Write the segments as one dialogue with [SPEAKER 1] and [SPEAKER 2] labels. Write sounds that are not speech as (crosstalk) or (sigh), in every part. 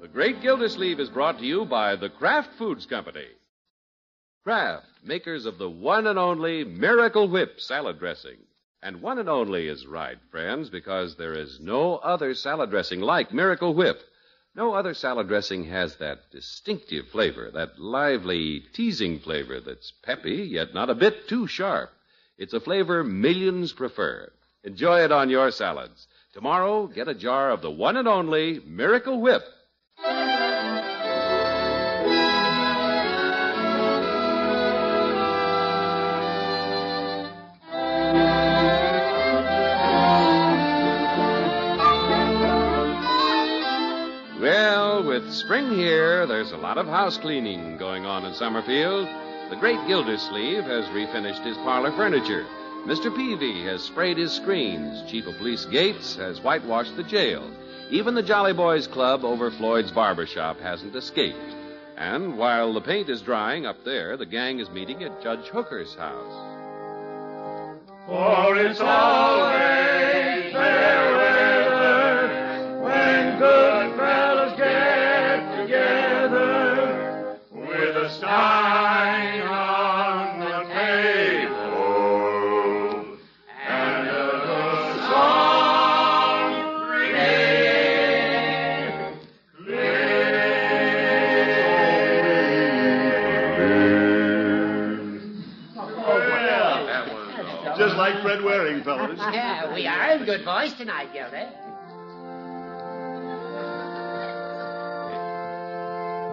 [SPEAKER 1] The Great Gildersleeve is brought to you by the Kraft Foods Company. Kraft, makers of the one and only Miracle Whip salad dressing. And one and only is right, friends, because there is no other salad dressing like Miracle Whip. No other salad dressing has that distinctive flavor, that lively, teasing flavor that's peppy, yet not a bit too sharp. It's a flavor millions prefer. Enjoy it on your salads. Tomorrow, get a jar of the one and only Miracle Whip. Well, with spring here, there's a lot of house cleaning going on in Summerfield. The great Gildersleeve has refinished his parlor furniture. Mr. Peavy has sprayed his screens. Chief of Police Gates has whitewashed the jail. Even the Jolly Boys Club over Floyd's barber shop hasn't escaped. And while the paint is drying up there, the gang is meeting at Judge Hooker's house.
[SPEAKER 2] For it's always fair weather when good fellas get together with a stein on the table and a good song ringing. Well, just like Fred Waring, fellas.
[SPEAKER 3] Yeah, we are in good voice tonight, Gilda.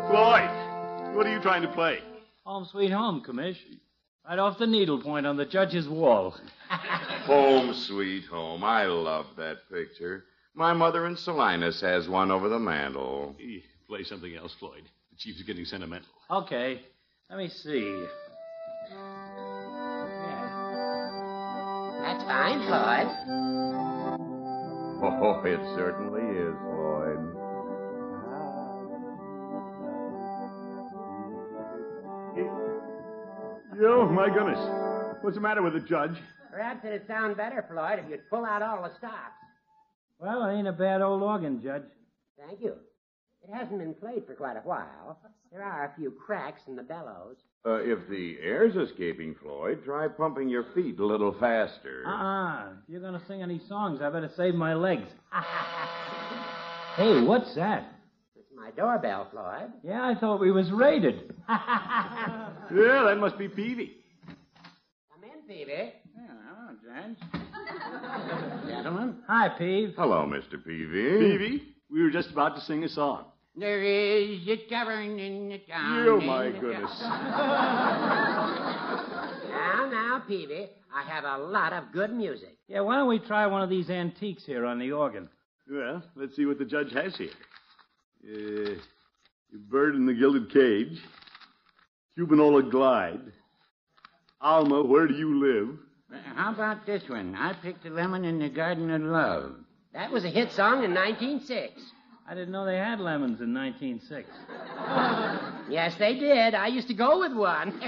[SPEAKER 2] Floyd, what are you trying to play?
[SPEAKER 4] Home sweet home, Commish. Right off the needle point on the judge's wall.
[SPEAKER 1] Home, sweet home. I love that picture. My mother in Salinas has one over the mantel.
[SPEAKER 5] Eh, Play something else, Floyd. The chief's getting sentimental.
[SPEAKER 4] Okay, let me see. Yeah.
[SPEAKER 3] That's fine, Floyd.
[SPEAKER 1] Oh, it certainly is, Lloyd.
[SPEAKER 2] Yo, Oh, my goodness. What's the matter with the judge?
[SPEAKER 3] Perhaps it'd sound better, Floyd, if you'd pull out all the stops.
[SPEAKER 4] Well, it ain't a bad old organ, Judge.
[SPEAKER 3] Thank you. It hasn't been played for quite a while. There are a few cracks in the (laughs) bellows.
[SPEAKER 1] Uh, if the air's escaping, Floyd, try pumping your feet a little faster.
[SPEAKER 4] Uh-uh. If you're gonna sing any songs, I better save my legs. hey, what's that?
[SPEAKER 3] It's my doorbell, Floyd.
[SPEAKER 4] Yeah, I thought we was raided.
[SPEAKER 2] Yeah, that must be Peavy.
[SPEAKER 3] Come in, Peavy.
[SPEAKER 4] hello, Judge. (laughs) Gentlemen. Hi, Peeve.
[SPEAKER 1] Hello, Mr. Peavy.
[SPEAKER 2] Peavy, we were just about to sing a song.
[SPEAKER 3] There is a tavern in the town.
[SPEAKER 2] Oh, my goodness.
[SPEAKER 3] Now, now, Peavy, I have a lot of good music.
[SPEAKER 4] Yeah, why don't we try one of these antiques here on the organ?
[SPEAKER 2] Well, let's see what the judge has here. Uh, Bird in the Gilded Cage, Cubanola Glide, Alma, Where Do You Live?
[SPEAKER 6] How about this one? I picked the lemon in the Garden of Love.
[SPEAKER 3] That was a hit song in 1906.
[SPEAKER 4] I didn't know they had lemons in 1906.
[SPEAKER 3] Yes, they did. I used to go with one. (laughs)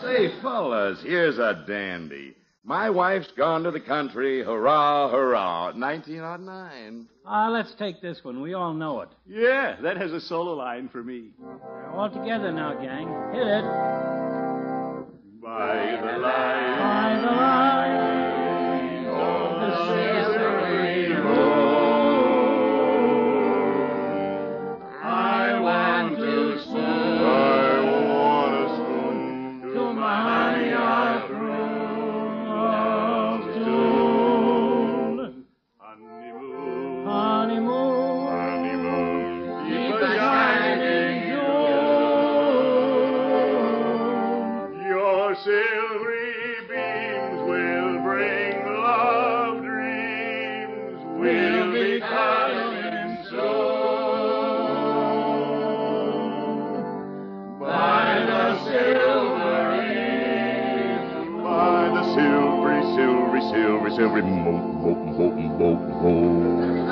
[SPEAKER 1] Say, fellas, here's a dandy. My wife's gone to the country. Hurrah, hurrah. 1909.
[SPEAKER 4] Ah, let's take this one. We all know it.
[SPEAKER 2] Yeah, that has a solo line for me.
[SPEAKER 4] All together now, gang. Hit it.
[SPEAKER 2] By the light
[SPEAKER 4] By the light
[SPEAKER 2] of
[SPEAKER 4] of
[SPEAKER 2] the
[SPEAKER 4] silvery
[SPEAKER 2] rainbow, I want to spoon, I want a spoon, to my honey I prove of June. Honeymoon,
[SPEAKER 4] honeymoon,
[SPEAKER 2] honeymoon, keep a shining June. Your silvery beams will
[SPEAKER 7] We'll be coming soon. By the silvery, by the silvery, silvery, silvery, silvery moat, moat, moat, moat, moat.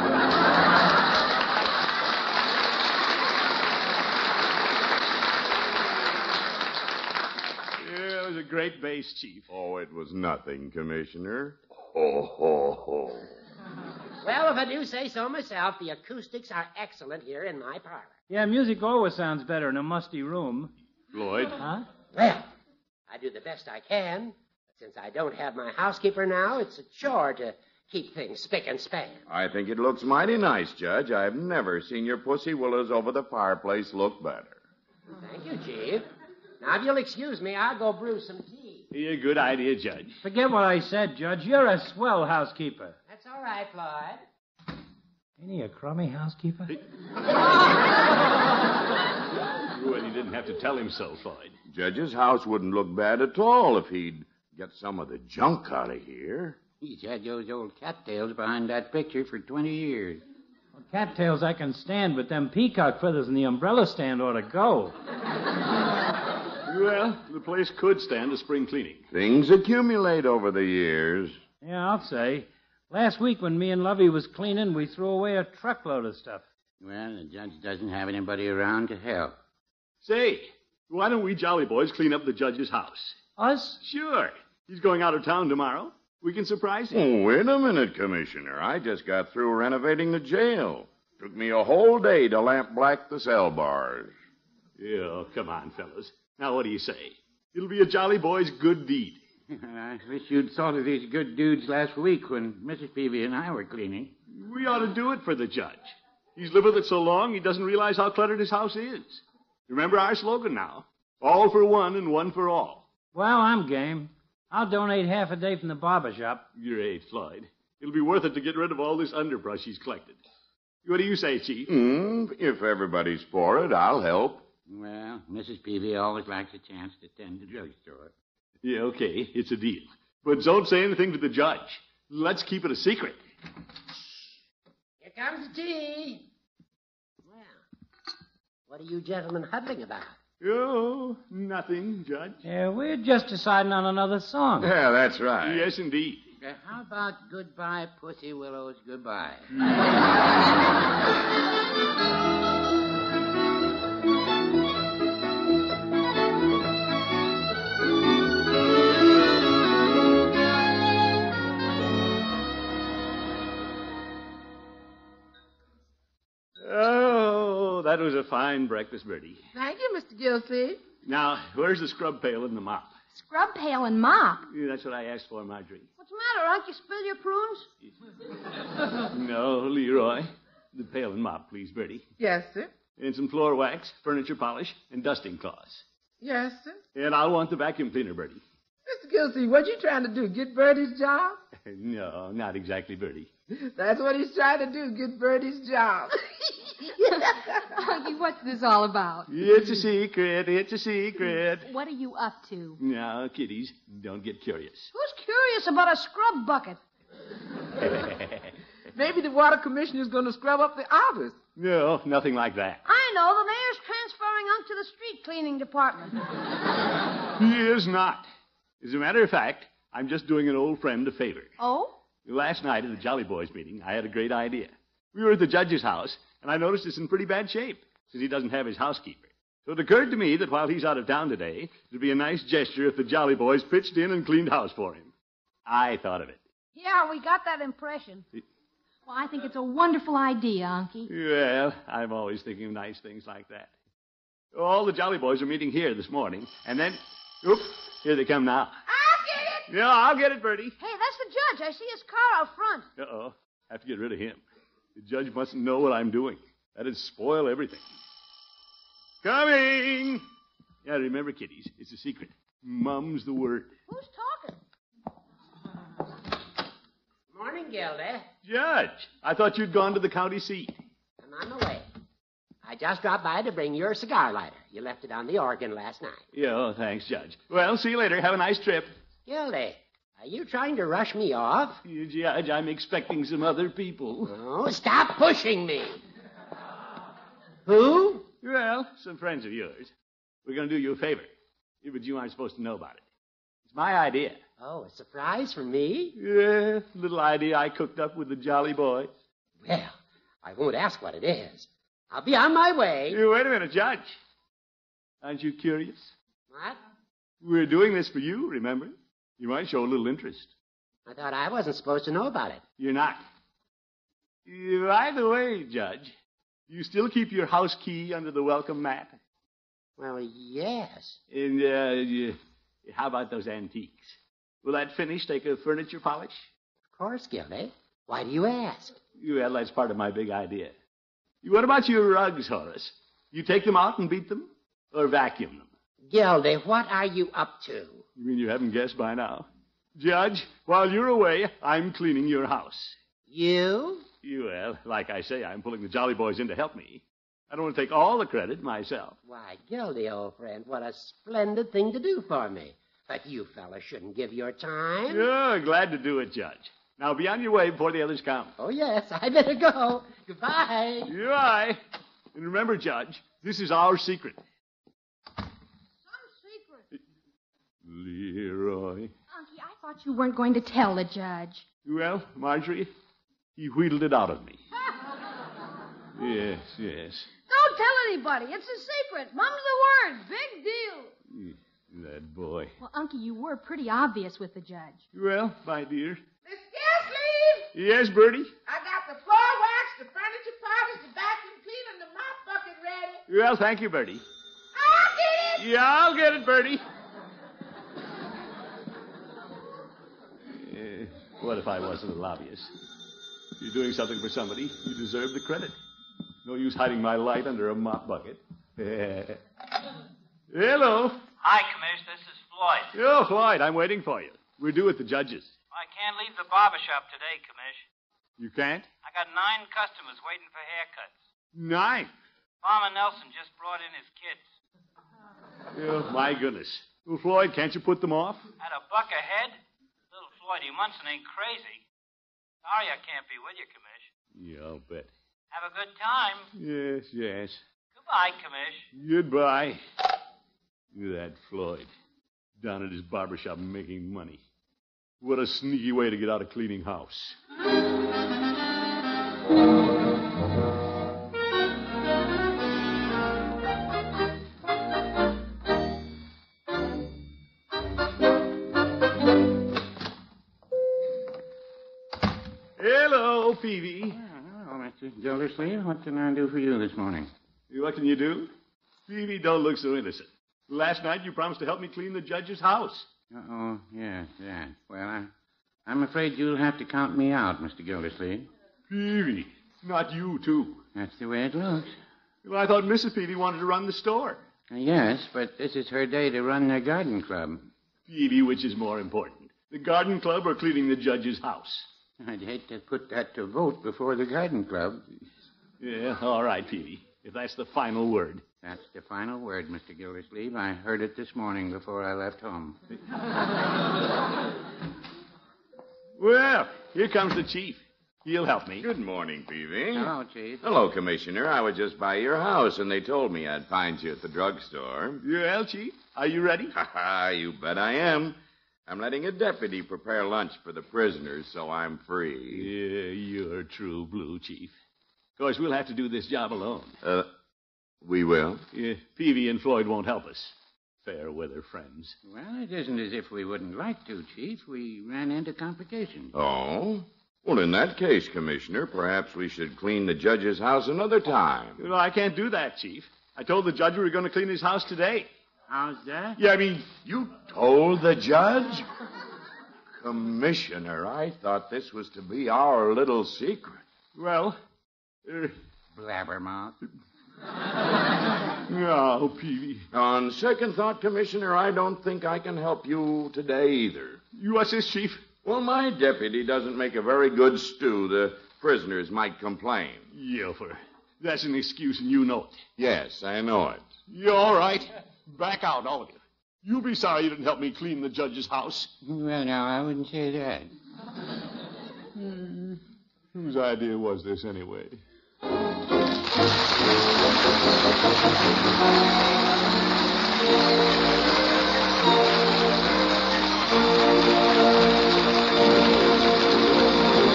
[SPEAKER 8] Yeah, that was a great base, Chief. Oh,
[SPEAKER 7] Oh, it was nothing, Commissioner. Ho, ho, ho.
[SPEAKER 3] Well, if I do say so myself, the acoustics are excellent here in my parlor.
[SPEAKER 4] Yeah, music always sounds better in a musty room.
[SPEAKER 8] Lloyd,
[SPEAKER 4] Huh?
[SPEAKER 3] Well, I do the best I can. But since I don't have my housekeeper now, it's a chore to keep things spick and span.
[SPEAKER 7] I think it looks mighty nice, Judge. I've never seen your pussy willows over the fireplace look better.
[SPEAKER 3] Thank you, Chief. Now, if you'll excuse me, I'll go brew some tea.
[SPEAKER 8] yeah, good idea, Judge.
[SPEAKER 4] Forget what I said, Judge. You're a swell housekeeper.
[SPEAKER 3] That's all right, Floyd.
[SPEAKER 4] Ain't he a crummy housekeeper?
[SPEAKER 8] Well, he didn't have to tell himself, Lloyd.
[SPEAKER 7] Judge's house wouldn't look bad at all if he'd get some of the junk out of here.
[SPEAKER 6] He's had those old cattails behind that picture for 20 years.
[SPEAKER 4] Well, cattails I can stand, but them peacock feathers in the umbrella stand ought to go.
[SPEAKER 8] Well, the place could stand a spring cleaning.
[SPEAKER 7] Things accumulate over the years.
[SPEAKER 4] Yeah, I'll say. Last week when me and Lovey was cleaning, we threw away a truckload of stuff.
[SPEAKER 6] Well, the judge doesn't have anybody around to help.
[SPEAKER 8] Say, why don't we Jolly Boys clean up the judge's house?
[SPEAKER 4] Us?
[SPEAKER 8] Sure. He's going out of town tomorrow. We can surprise him.
[SPEAKER 7] Oh, wait a minute, Commissioner. I just got through renovating the jail. Took me a whole day to lamp black the cell bars.
[SPEAKER 8] Yeah, oh, come on, fellas. Now, what do you say? It'll be a Jolly Boys good deed.
[SPEAKER 6] (laughs) I wish you'd thought of these good dudes last week when Mrs. Peavy and I were cleaning.
[SPEAKER 8] We ought to do it for the judge. He's lived with it so long, he doesn't realize how cluttered his house is. Remember our slogan now all for one and one for all.
[SPEAKER 4] Well, I'm game. I'll donate half a day from the barber shop.
[SPEAKER 8] Great, Floyd. It'll be worth it to get rid of all this underbrush he's collected. What do you say, Chief?
[SPEAKER 7] Hmm, if everybody's for it, I'll help.
[SPEAKER 6] Well, Mrs. Peavy always likes a chance to tend the drugstore.
[SPEAKER 8] Yeah, okay, it's a deal. But don't say anything to the judge. Let's keep it a secret.
[SPEAKER 3] Here comes the tea. Well, what are you gentlemen huddling about?
[SPEAKER 8] Oh, nothing, Judge.
[SPEAKER 4] Yeah, we're just deciding on another song.
[SPEAKER 7] Yeah, that's right.
[SPEAKER 8] Yes, indeed.
[SPEAKER 6] Uh, how about goodbye, Pussy Willows, goodbye?
[SPEAKER 8] Oh, that was a fine breakfast, Bertie.
[SPEAKER 9] Thank you, Mr. Gilsleeve.
[SPEAKER 8] Now, where's the scrub pail and the mop?
[SPEAKER 9] Scrub pail and mop.
[SPEAKER 8] Yeah, That's what I asked for, Marjorie.
[SPEAKER 9] What's the matter? Unc? you spill your prunes?
[SPEAKER 8] No, Leroy. The pail and mop, please, Bertie.
[SPEAKER 9] Yes, sir.
[SPEAKER 8] And some floor wax, furniture polish, and dusting cloths.
[SPEAKER 9] Yes, sir.
[SPEAKER 8] And I'll want the vacuum cleaner, Bertie. (laughs)
[SPEAKER 9] Mr. Gilsleeve, what you trying to do? Get Bertie's job?
[SPEAKER 8] No, not exactly, Bertie.
[SPEAKER 9] That's what he's trying to do, get Bertie's (laughs) job.
[SPEAKER 10] Unky, what's this all about?
[SPEAKER 8] It's a secret. It's a secret.
[SPEAKER 10] What are you up to?
[SPEAKER 8] Now, kiddies, don't get curious.
[SPEAKER 9] Who's curious about a scrub bucket? (laughs) Maybe the water commissioner's going to scrub up the office.
[SPEAKER 8] No, nothing like that.
[SPEAKER 9] I know. The mayor's transferring Unc to the street cleaning department.
[SPEAKER 8] He is not. As a matter of fact, I'm just doing an old friend a favor.
[SPEAKER 9] Oh?
[SPEAKER 8] Last night at the Jolly Boys meeting, I had a great idea. We were at the judge's house, and I noticed it's in pretty bad shape, since he doesn't have his housekeeper. So it occurred to me that while he's out of town today, it'd be a nice gesture if the Jolly Boys pitched in and cleaned house for him. I thought of it.
[SPEAKER 9] Yeah, we got that impression.
[SPEAKER 10] Well, I think it's a wonderful idea, Unky.
[SPEAKER 8] Well, I'm always thinking of nice things like that. All the Jolly Boys are meeting here this morning, and then, oops, here they come now.
[SPEAKER 9] I'll get it!
[SPEAKER 8] Yeah, I'll get it, Bertie.
[SPEAKER 9] Hey, that's the judge. I see his car out front.
[SPEAKER 8] Uh-oh, have to get rid of him. The judge mustn't know what I'm doing. That'd spoil everything. Coming! Yeah, remember, kiddies, it's a secret. Mum's the word.
[SPEAKER 9] Who's talking?
[SPEAKER 3] Morning, Gilda.
[SPEAKER 8] Judge, I thought you'd gone to the county seat.
[SPEAKER 3] I'm on my way. I just dropped by to bring your cigar lighter. You left it on the organ last night.
[SPEAKER 8] Yeah, oh, thanks, Judge. Well, see you later. Have a nice trip.
[SPEAKER 3] Gildy, Are you trying to rush me off?
[SPEAKER 8] Judge, I'm expecting some other people.
[SPEAKER 3] Oh, stop pushing me. Who?
[SPEAKER 8] Well, some friends of yours. We're going to do you a favor. Yeah, But you aren't supposed to know about it. It's my idea.
[SPEAKER 3] Oh, a surprise for me?
[SPEAKER 8] Yeah, little idea I cooked up with the Jolly Boy.
[SPEAKER 3] Well, I won't ask what it is. I'll be on my way.
[SPEAKER 8] Hey, wait a minute, Judge. Aren't you curious?
[SPEAKER 3] What?
[SPEAKER 8] We're doing this for you, remember? You might show a little interest.
[SPEAKER 3] I thought I wasn't supposed to know about it.
[SPEAKER 8] You're not. You- By the way, Judge, you still keep your house key under the welcome mat?
[SPEAKER 3] Well, yes.
[SPEAKER 8] And, uh, you- how about those antiques? Will that finish take a furniture polish?
[SPEAKER 3] Of course, Gildy. Why do you ask?
[SPEAKER 8] Well, that's part of my big idea. What about your rugs, Horace? You take them out and beat them? Or vacuum them?
[SPEAKER 3] Gildy, what are you up to?
[SPEAKER 8] You mean you haven't guessed by now? Judge, while you're away, I'm cleaning your house.
[SPEAKER 3] You?
[SPEAKER 8] Well, like I say, I'm pulling the Jolly Boys in to help me. I don't want to take all the credit myself.
[SPEAKER 3] Why, Gildy, old friend, what a splendid thing to do for me. But you fellas shouldn't give your time.
[SPEAKER 8] Sure, glad to do it, Judge. Now be on your way before the others come.
[SPEAKER 3] Oh, yes, I better go. Goodbye.
[SPEAKER 8] You I. And remember, Judge, this is our secret.
[SPEAKER 9] Some secret.
[SPEAKER 8] Leroy.
[SPEAKER 10] Unky, I thought you weren't going to tell the judge.
[SPEAKER 8] Well, Marjorie, he wheedled it out of me. yes, yes.
[SPEAKER 9] Don't tell anybody. It's a secret. Mum's the word. Big deal.
[SPEAKER 8] That boy.
[SPEAKER 10] Well, Unky, you were pretty obvious with the judge.
[SPEAKER 8] Well, my dear.
[SPEAKER 2] Miss Gilsleeve,
[SPEAKER 8] Yes, Bertie?
[SPEAKER 2] I got the floor wax, the furniture polish, the vacuum cleaner, and the mop bucket ready.
[SPEAKER 8] Well, thank you, Bertie.
[SPEAKER 2] I'll get it.
[SPEAKER 8] Yeah, I'll get it, Bertie. Eh, what if I wasn't a lobbyist? You're doing something for somebody. You deserve the credit. No use hiding my light under a mop bucket. (laughs) Hello.
[SPEAKER 4] Hi, Commissioner. This is Floyd.
[SPEAKER 8] Oh, Floyd, I'm waiting for you. We're due at the judge's.
[SPEAKER 4] I can't leave the barber shop today, Commish.
[SPEAKER 8] You can't?
[SPEAKER 4] I got nine customers waiting for haircuts.
[SPEAKER 8] Nine.
[SPEAKER 4] Farmer Nelson just brought in his kids.
[SPEAKER 8] Oh, my goodness. Well, Floyd, can't you put them off?
[SPEAKER 4] Had a buck a head? Little Floydie Munson ain't crazy. Sorry I can't be with you, Commish.
[SPEAKER 8] Yeah, I'll bet.
[SPEAKER 4] Have a good time.
[SPEAKER 8] Yes, yes.
[SPEAKER 4] Goodbye, Commish.
[SPEAKER 8] Goodbye. That Floyd. Down at his barber shop making money. What a sneaky way to get out of cleaning house. Hello, Peavy.
[SPEAKER 6] Hello, Mr. Gildersleeve. What can I do for you this morning?
[SPEAKER 8] What can you do? Peavy, don't look so innocent. Last night you promised to help me clean the judge's house.
[SPEAKER 6] Uh-oh, yes, yes. Well, I, I'm afraid you'll have to count me out, Mr. Gildersleeve.
[SPEAKER 8] Peavy, not you, too.
[SPEAKER 6] That's the way it looks.
[SPEAKER 8] Well, I thought Mrs. Peavy wanted to run the store.
[SPEAKER 6] Uh, Yes, but this is her day to run their garden club.
[SPEAKER 8] Peavy, which is more important? The garden club or cleaning the judge's house?
[SPEAKER 6] I'd hate to put that to vote before the garden club.
[SPEAKER 8] Yeah, all right, Peavy. If that's the final word.
[SPEAKER 6] That's the final word, Mr. Gildersleeve. I heard it this morning before I left home.
[SPEAKER 8] Well, here comes the chief. He'll help me.
[SPEAKER 7] Good morning, Peavy.
[SPEAKER 6] Hello, Chief.
[SPEAKER 7] Hello, Commissioner. I was just by your house, and they told me I'd find you at the drugstore.
[SPEAKER 8] Well, chief, are you ready?
[SPEAKER 7] Ha ha, (laughs) you bet I am. I'm letting a deputy prepare lunch for the prisoners, so I'm
[SPEAKER 8] Yeah,
[SPEAKER 7] free.
[SPEAKER 8] you're true blue, chief. Of course, we'll have to do this job alone.
[SPEAKER 7] Uh, we will.
[SPEAKER 8] Yeah, Peavy and Floyd won't help us. Fair weather friends.
[SPEAKER 6] Well, it isn't as if we wouldn't like to, Chief. We ran into complications.
[SPEAKER 7] Oh? Well, in that case, Commissioner, perhaps we should clean the judge's house another time.
[SPEAKER 8] Well, I can't do that, chief. I told the judge we were going to clean his house today.
[SPEAKER 6] How's that?
[SPEAKER 8] Yeah, I mean,
[SPEAKER 7] You told the judge? Commissioner, I thought this was to be our little secret. Uh,
[SPEAKER 8] well. er,
[SPEAKER 6] Blabbermouth.
[SPEAKER 8] Oh, Peavy.
[SPEAKER 7] On second thought, Commissioner, I don't think I can help you today either.
[SPEAKER 8] You What's this, Chief?
[SPEAKER 7] Well, my deputy doesn't make a very good stew. The prisoners might complain.
[SPEAKER 8] Yelfer. That's an excuse, and you know it.
[SPEAKER 7] Yes, I know it.
[SPEAKER 8] You're all right. Back out, all of you. You'll be sorry you didn't help me clean the judge's house.
[SPEAKER 6] Well, now, I wouldn't say that.
[SPEAKER 8] Hmm. Whose idea was this, anyway?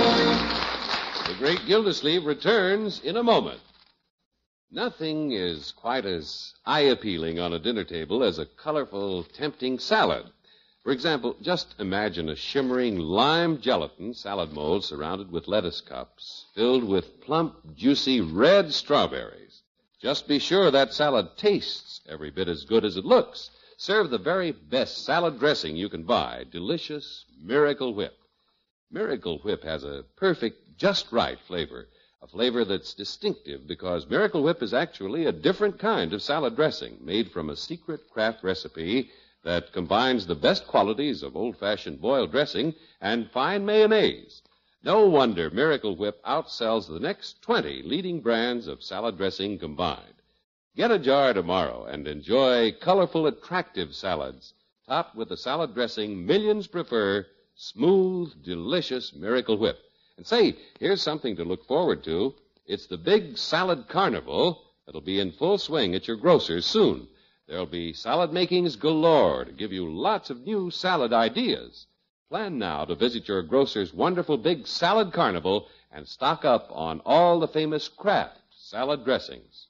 [SPEAKER 1] The Great Gildersleeve returns in a moment. Nothing is quite as eye appealing on a dinner table as a colorful, tempting salad. For example, just imagine a shimmering lime gelatin salad mold surrounded with lettuce cups filled with plump, juicy red strawberries. Just be sure that salad tastes every bit as good as it looks. Serve the very best salad dressing you can buy delicious Miracle Whip. Miracle Whip has a perfect, just right flavor, a flavor that's distinctive because Miracle Whip is actually a different kind of salad dressing made from a secret craft recipe that combines the best qualities of old fashioned boiled dressing and fine mayonnaise. No wonder Miracle Whip outsells the next 20 leading brands of salad dressing combined. Get a jar tomorrow and enjoy colorful, attractive salads topped with the salad dressing millions prefer smooth, delicious Miracle Whip. And say, here's something to look forward to. It's the big salad carnival that'll be in full swing at your grocer's soon. There'll be salad makings galore to give you lots of new salad ideas. Plan now to visit your grocer's wonderful big salad carnival and stock up on all the famous craft salad dressings.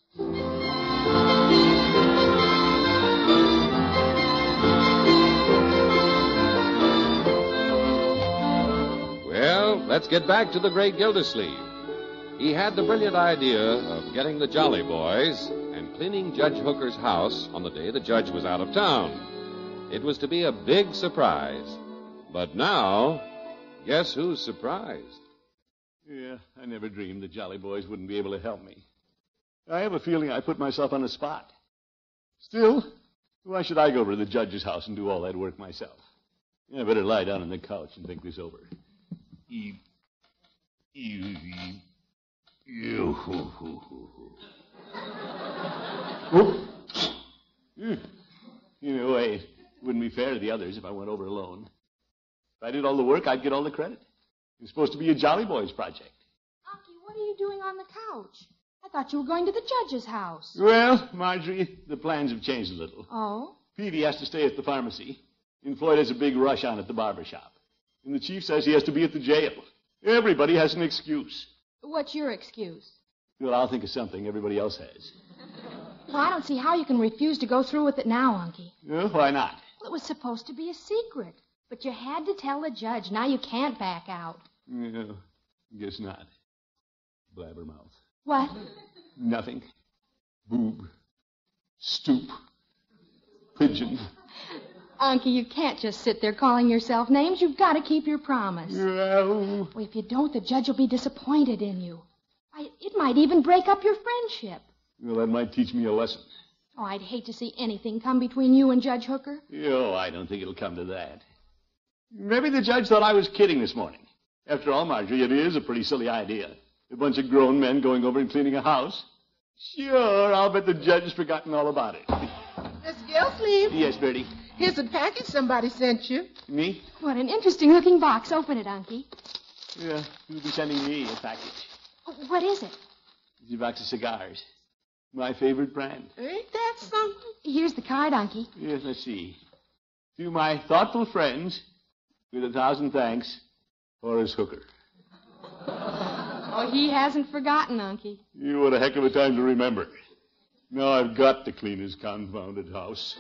[SPEAKER 1] Well, let's get back to the great Gildersleeve. He had the brilliant idea of getting the Jolly Boys and cleaning Judge Hooker's house on the day the judge was out of town. It was to be a big surprise. But now, guess who's surprised?
[SPEAKER 8] Yeah, I never dreamed the Jolly Boys wouldn't be able to help me. I have a feeling I put myself on the spot. Still, why should I go over to the judge's house and do all that work myself? I better lie down on the couch and think this over. Eep. Eep. Eep. Oop. Eh, You know, I it wouldn't be fair to the others if I went over alone. If I did all the work, I'd get all the credit. It's supposed to be a Jolly Boys project.
[SPEAKER 10] Aki, what are you doing on the couch? I thought you were going to the judge's house.
[SPEAKER 8] Well, Marjorie, the plans have changed a little.
[SPEAKER 10] Oh?
[SPEAKER 8] Peavy has to stay at the pharmacy, and Floyd has a big rush on at the barber shop. And the chief says he has to be at the jail. Everybody has an excuse.
[SPEAKER 10] What's your excuse?
[SPEAKER 8] Well, I'll think of something everybody else has.
[SPEAKER 10] Well, I don't see how you can refuse to go through with it now, Unky.
[SPEAKER 8] Well, why not?
[SPEAKER 10] Well, it was supposed to be a secret. But you had to tell the judge. Now you can't back out.
[SPEAKER 8] Yeah, guess not. Blabbermouth.
[SPEAKER 10] What?
[SPEAKER 8] Nothing. Boob. Stoop. Pigeon.
[SPEAKER 10] Unky, you can't just sit there calling yourself names. You've got to keep your promise.
[SPEAKER 8] Well...
[SPEAKER 10] well, if you don't, the judge will be disappointed in you. Why, it might even break up your friendship.
[SPEAKER 8] Well, that might teach me a lesson.
[SPEAKER 10] Oh, I'd hate to see anything come between you and Judge Hooker.
[SPEAKER 8] Oh, I don't think it'll come to that. Maybe the judge thought I was kidding this morning. After all, Marjorie, it is a pretty silly idea. A bunch of grown men going over and cleaning a house. Sure, I'll bet the judge has forgotten all about it.
[SPEAKER 11] Miss Gilsleeve.
[SPEAKER 8] Yes, Bertie.
[SPEAKER 11] Here's a package somebody sent you.
[SPEAKER 8] Me?
[SPEAKER 10] What an interesting looking box. Open it, Unky.
[SPEAKER 8] Yeah, you'll be sending me a package.
[SPEAKER 10] Oh, What is it?
[SPEAKER 8] It's a box of cigars. My favorite brand.
[SPEAKER 10] Ain't that something? Here's the card, Unky.
[SPEAKER 8] Yes, let's see. To my thoughtful friends, with a thousand thanks, Horace Hooker.
[SPEAKER 10] Oh, he hasn't forgotten, Unky.
[SPEAKER 8] You what a heck of a time to remember. Now I've got to clean his confounded house.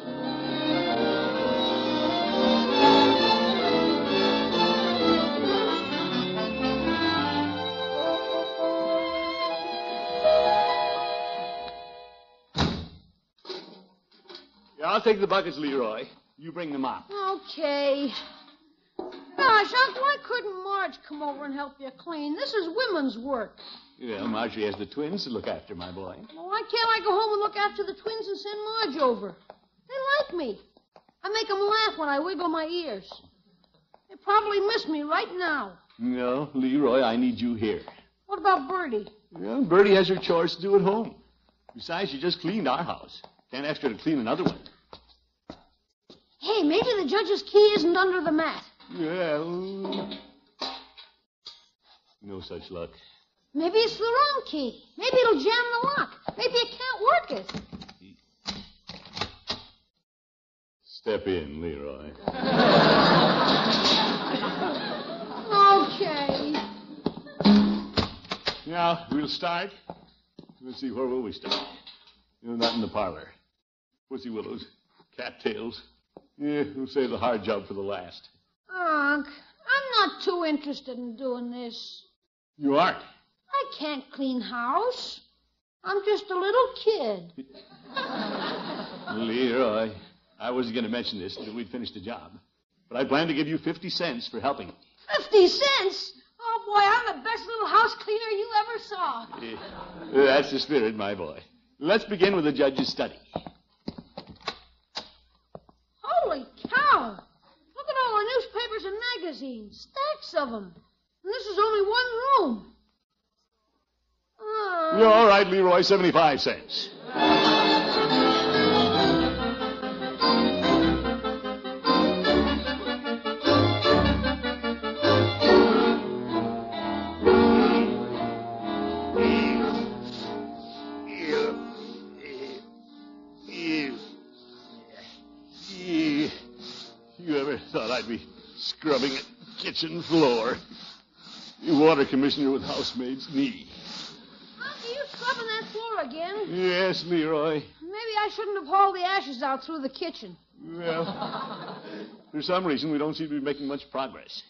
[SPEAKER 8] Yeah, I'll take the buckets, Leroy. You bring them up.
[SPEAKER 9] Okay. Gosh, Unc, why couldn't Marge come over and help you clean? This is women's work.
[SPEAKER 8] Well, Marjorie has the twins to look after, my boy.
[SPEAKER 9] Well, why can't I go home and look after the twins and send Marge over? They like me. I make them laugh when I wiggle my ears. They probably miss me right now.
[SPEAKER 8] No, Leroy, I need you here.
[SPEAKER 9] What about Bertie?
[SPEAKER 8] Well, Bertie has her chores to do at home. Besides, she just cleaned our house. Can't ask her to clean another one.
[SPEAKER 9] Hey, maybe the judge's key isn't under the mat.
[SPEAKER 8] Well. No such luck.
[SPEAKER 9] Maybe it's the wrong key. Maybe it'll jam the lock. Maybe it can't work it.
[SPEAKER 8] Step in, Leroy.
[SPEAKER 9] Okay.
[SPEAKER 8] Now, we'll start. Let's see, where will we start? No, not in the parlor. Pussy willows, cattails. Yeah, we'll save the hard job for the last.
[SPEAKER 9] Unc, I'm not too interested in doing this.
[SPEAKER 8] You aren't.
[SPEAKER 9] I can't clean house. I'm just a little kid.
[SPEAKER 8] Leroy, I wasn't going to mention this until we'd finished the job. But I plan to give you 50 cents for helping.
[SPEAKER 9] Fifty cents? Oh, boy, I'm the best little house cleaner you ever saw.
[SPEAKER 8] Eh, That's the spirit, my boy. Let's begin with the judge's study.
[SPEAKER 9] Holy cow! Look at all our newspapers and magazines. Stacks of them. And this is only one room. Ah.
[SPEAKER 8] You're all right, Leroy, 75 cents. Gee, You ever thought I'd be scrubbing a kitchen floor? You water commissioner with housemaid's knee.
[SPEAKER 9] Unc, are you scrubbing that floor again?
[SPEAKER 8] Yes, Leroy.
[SPEAKER 9] Maybe I shouldn't have hauled the ashes out through the kitchen.
[SPEAKER 8] Well. (laughs) For some reason, we don't seem to be making much progress.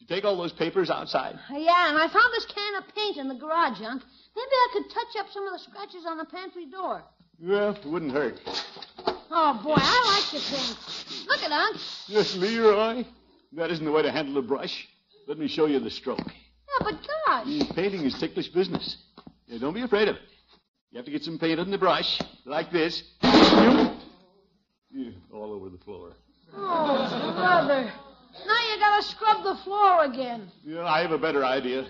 [SPEAKER 8] Did you take all those papers outside?
[SPEAKER 9] Yeah, and I found this can of paint in the garage, Unc. Maybe I could touch up some of the scratches on the pantry door.
[SPEAKER 8] Well, it wouldn't hurt.
[SPEAKER 9] Oh, boy, I like the paint. Look at Unc.
[SPEAKER 8] Yes, Leroy. That isn't the way to handle a brush. Let me show you the stroke.
[SPEAKER 9] Yeah, but gosh.
[SPEAKER 8] Mm, Painting is ticklish business. Yeah, don't be afraid of it. You have to get some paint on the brush, like this. Yeah, all over the floor.
[SPEAKER 9] Oh, brother. Now you gotta scrub the floor again.
[SPEAKER 8] Yeah, I have a better idea.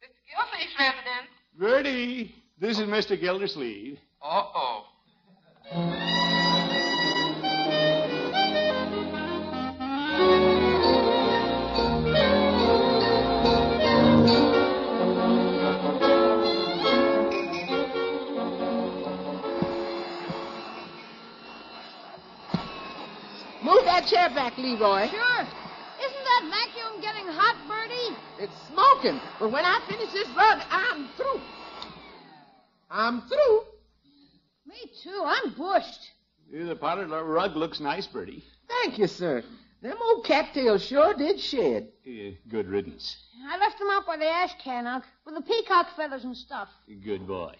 [SPEAKER 11] Guilty, Sheridan.
[SPEAKER 8] Verdi, this is Mr. Gildersleeve.
[SPEAKER 12] Uh-oh.
[SPEAKER 11] Move that chair back, Leroy.
[SPEAKER 9] Sure. Isn't that vacuum getting hot, Bertie?
[SPEAKER 11] It's smoking. But when I finish this rug, I'm through. I'm through.
[SPEAKER 9] Me too. I'm bushed.
[SPEAKER 8] Yeah, the potted rug looks nice, Bertie.
[SPEAKER 11] Thank you, sir. Them old cattails sure did shed.
[SPEAKER 8] Yeah, Eh, good riddance.
[SPEAKER 9] I left them out by the ash can, Unc, with the peacock feathers and stuff.
[SPEAKER 8] Good boy.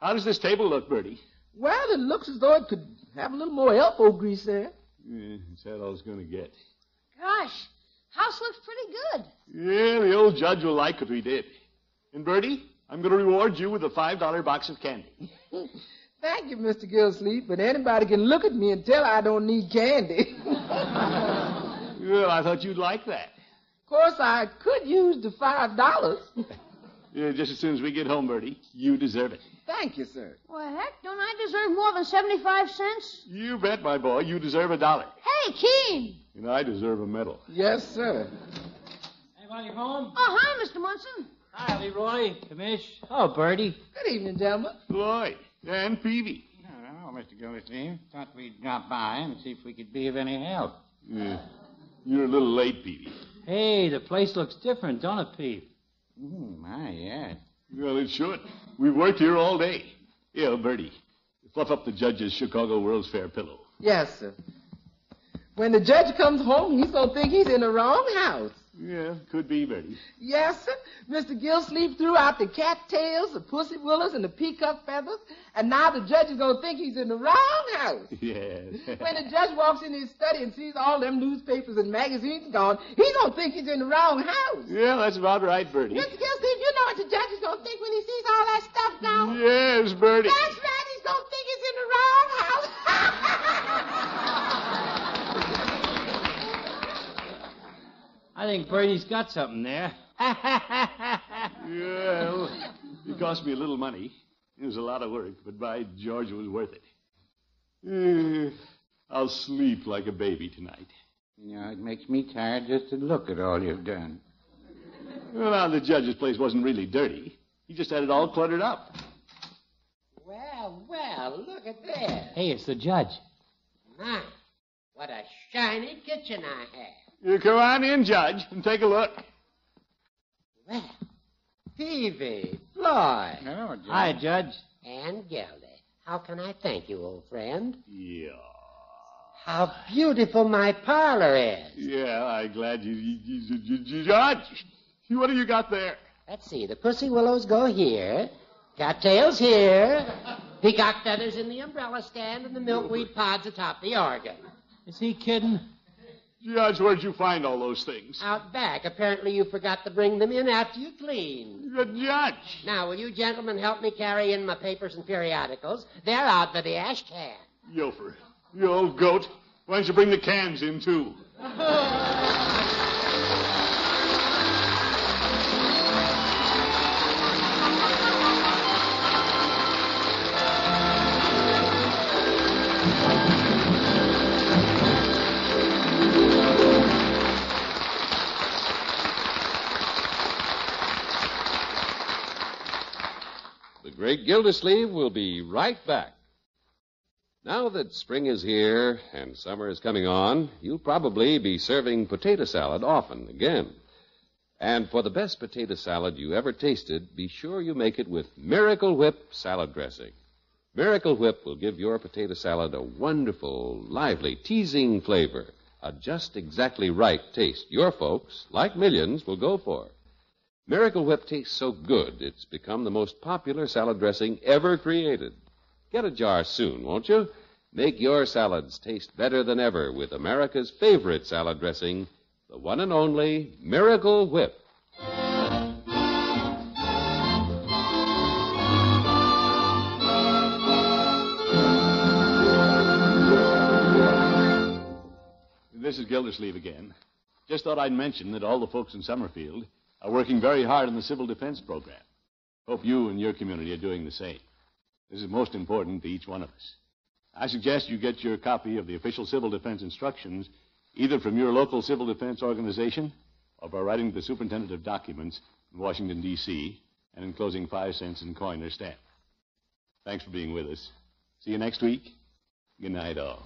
[SPEAKER 8] How does this table look, Bertie?
[SPEAKER 11] Well, it looks as though it could have a little more elbow grease there.
[SPEAKER 8] Yeah, Eh, that's that all it's going to get.
[SPEAKER 9] Gosh, house looks pretty good.
[SPEAKER 8] Yeah, the old judge will like what we did. And Bertie, I'm going to reward you with a five dollar box of candy.
[SPEAKER 11] Thank you, Mr. Gillsleeve, but anybody can look at me and tell I don't need candy.
[SPEAKER 8] Well, I thought you'd like that.
[SPEAKER 11] of course, I could use the five dollars.
[SPEAKER 8] Yeah, just as soon as we get home, Bertie, you deserve it.
[SPEAKER 11] Thank you, sir.
[SPEAKER 9] Well, heck, don't I deserve more than 75 cents?
[SPEAKER 8] You bet, my boy, you deserve a dollar,
[SPEAKER 9] Hey, Keen!
[SPEAKER 8] and I deserve a medal.
[SPEAKER 11] Yes, sir.
[SPEAKER 4] Anybody home?
[SPEAKER 9] Oh, hi, Mr. Munson.
[SPEAKER 4] Hi, Leroy. Kamish. Oh, Bertie.
[SPEAKER 11] Good evening, gentlemen.
[SPEAKER 8] Lloyd and Peavy.
[SPEAKER 6] Hello, Mr. Gildersleeve. Thought we'd drop by and see if we could be of any help.
[SPEAKER 8] Yeah, Eh, you're a little late, Peavy.
[SPEAKER 4] Hey, the place looks different, don't it, Pete?
[SPEAKER 6] Mm, my, yeah.
[SPEAKER 8] Hmm, Well, it should. We've worked here all day. Yeah, Bertie, fluff up the judge's Chicago World's Fair pillow.
[SPEAKER 11] Yes, sir. When the judge comes home, he's gonna think he's in the wrong house.
[SPEAKER 8] Yeah, could be, Bertie.
[SPEAKER 11] Yes, sir. Mr. Gillsleeve threw out the cattails, the pussy willows, and the peacock feathers, and now the judge is gonna think he's in the wrong house.
[SPEAKER 8] (laughs) Yes. (laughs)
[SPEAKER 11] When the judge walks in his study and sees all them newspapers and magazines gone, he gonna think he's in the wrong house.
[SPEAKER 8] yeah, that's about right, Bertie.
[SPEAKER 11] Mr. Gillsleeve, you know what the judge is gonna think when he sees all that stuff
[SPEAKER 3] Mm-hmm.
[SPEAKER 11] now?
[SPEAKER 8] Yes, Bertie.
[SPEAKER 11] That's right, he's gonna think he's in the wrong house. (laughs)
[SPEAKER 4] I think Brady's got something there.
[SPEAKER 8] (laughs) Well, it cost me a little money. It was a lot of work, but by George, it was worth it. Eh, I'll sleep like a baby tonight.
[SPEAKER 6] You know, it makes me tired just to look at all you've done.
[SPEAKER 8] Well, now, the judge's place wasn't really dirty. He just had it all cluttered up.
[SPEAKER 3] Well, well, look at this.
[SPEAKER 13] Hey, it's the judge.
[SPEAKER 3] My, what a shiny kitchen I have.
[SPEAKER 8] You come on in, Judge, and take a look.
[SPEAKER 3] Well, Peavy, Floyd.
[SPEAKER 6] Hello,
[SPEAKER 4] Hi, Judge.
[SPEAKER 3] And Gildy. How can I thank you, old friend?
[SPEAKER 8] Yeah.
[SPEAKER 3] How beautiful my parlor is.
[SPEAKER 8] Yeah, I'm glad you, you, you, you- you- Judge, what have you got there?
[SPEAKER 3] Let's see, the pussy willows go here, got tails here, peacock feathers in the umbrella stand, and the milkweed pods atop the organ.
[SPEAKER 4] Is he kidding?
[SPEAKER 8] Judge, where'd you find all those things?
[SPEAKER 3] Out back, apparently you forgot to bring them in after you cleaned.
[SPEAKER 8] The judge.
[SPEAKER 3] Now, will you gentlemen help me carry in my papers and periodicals? They're out by the ash can.
[SPEAKER 8] Yofer, you old goat. Why don't you bring the cans in, too?
[SPEAKER 1] The Great Gildersleeve will be right back. Now that spring is here and summer is coming on, you'll probably be serving potato salad often again. And for the best potato salad you ever tasted, be sure you make it with Miracle Whip salad dressing. Miracle Whip will give your potato salad a wonderful, lively, teasing flavor, a just exactly right taste your folks, like millions, will go for. Miracle Whip tastes so good, it's become the most popular salad dressing ever created. Get a jar soon, won't you? Make your salads taste better than ever with America's favorite salad dressing, the one and only Miracle Whip.
[SPEAKER 8] This is Gildersleeve again. Just thought I'd mention that all the folks in Summerfield are working very hard on the civil defense program. Hope you and your community are doing the same. This is most important to each one of us. I suggest you get your copy of the official civil defense instructions either from your local civil defense organization or by writing to the superintendent of documents in Washington, D.C., and enclosing five cents in coin or stamp. Thanks for being with us. See you next week. Good night, all.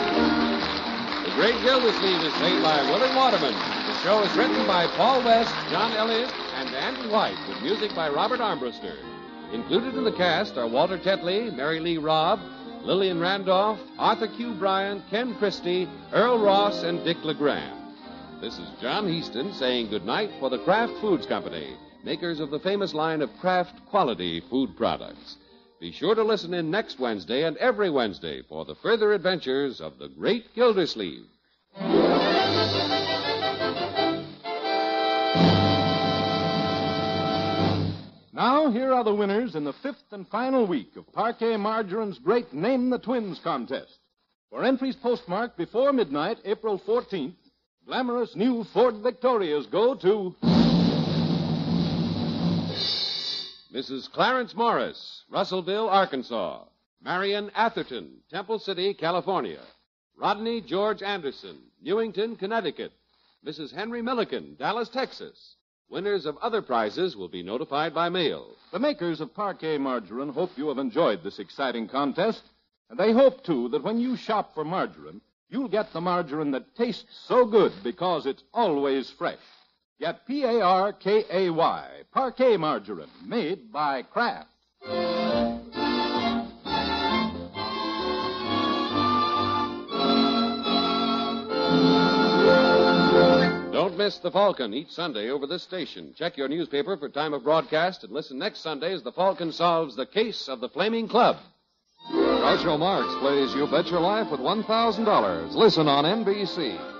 [SPEAKER 1] The Great Gildersleeve is played by Willard Waterman. The show is written by Paul West, John Elliott, and Andy White, with music by Robert Armbruster. Included in the cast are Walter Tetley, Mary Lee Robb, Lillian Randolph, Arthur Q. Bryan, Ken Christie, Earl Ross, and Dick LeGrand. This is John Heaston saying goodnight for the Kraft Foods Company, makers of the famous line of Kraft quality food products. Be sure to listen in next Wednesday and every Wednesday for the further adventures of the Great Gildersleeve.
[SPEAKER 14] Now, here are the winners in the fifth and final week of Parquet Margarine's great Name the Twins contest. For entries postmarked before midnight, April 14th, glamorous new Ford Victorias go to.
[SPEAKER 1] Mrs. Clarence Morris, Russellville, Arkansas. Marion Atherton, Temple City, California. Rodney George Anderson, Newington, Connecticut. Mrs. Henry Milliken, Dallas, Texas. Winners of other prizes will be notified by mail.
[SPEAKER 14] The makers of Parquet Margarine hope you have enjoyed this exciting contest, and they hope, too, that when you shop for margarine, you'll get the margarine that tastes so good because it's always fresh. Get P A R K A Y, Parquet Margarine, made by Kraft.
[SPEAKER 1] Don't miss The Falcon each Sunday over this station. Check your newspaper for time of broadcast and listen next Sunday as The Falcon solves the case of the Flaming Club.
[SPEAKER 15] Groucho Marx plays You Bet Your Life with $1,000. Listen on NBC.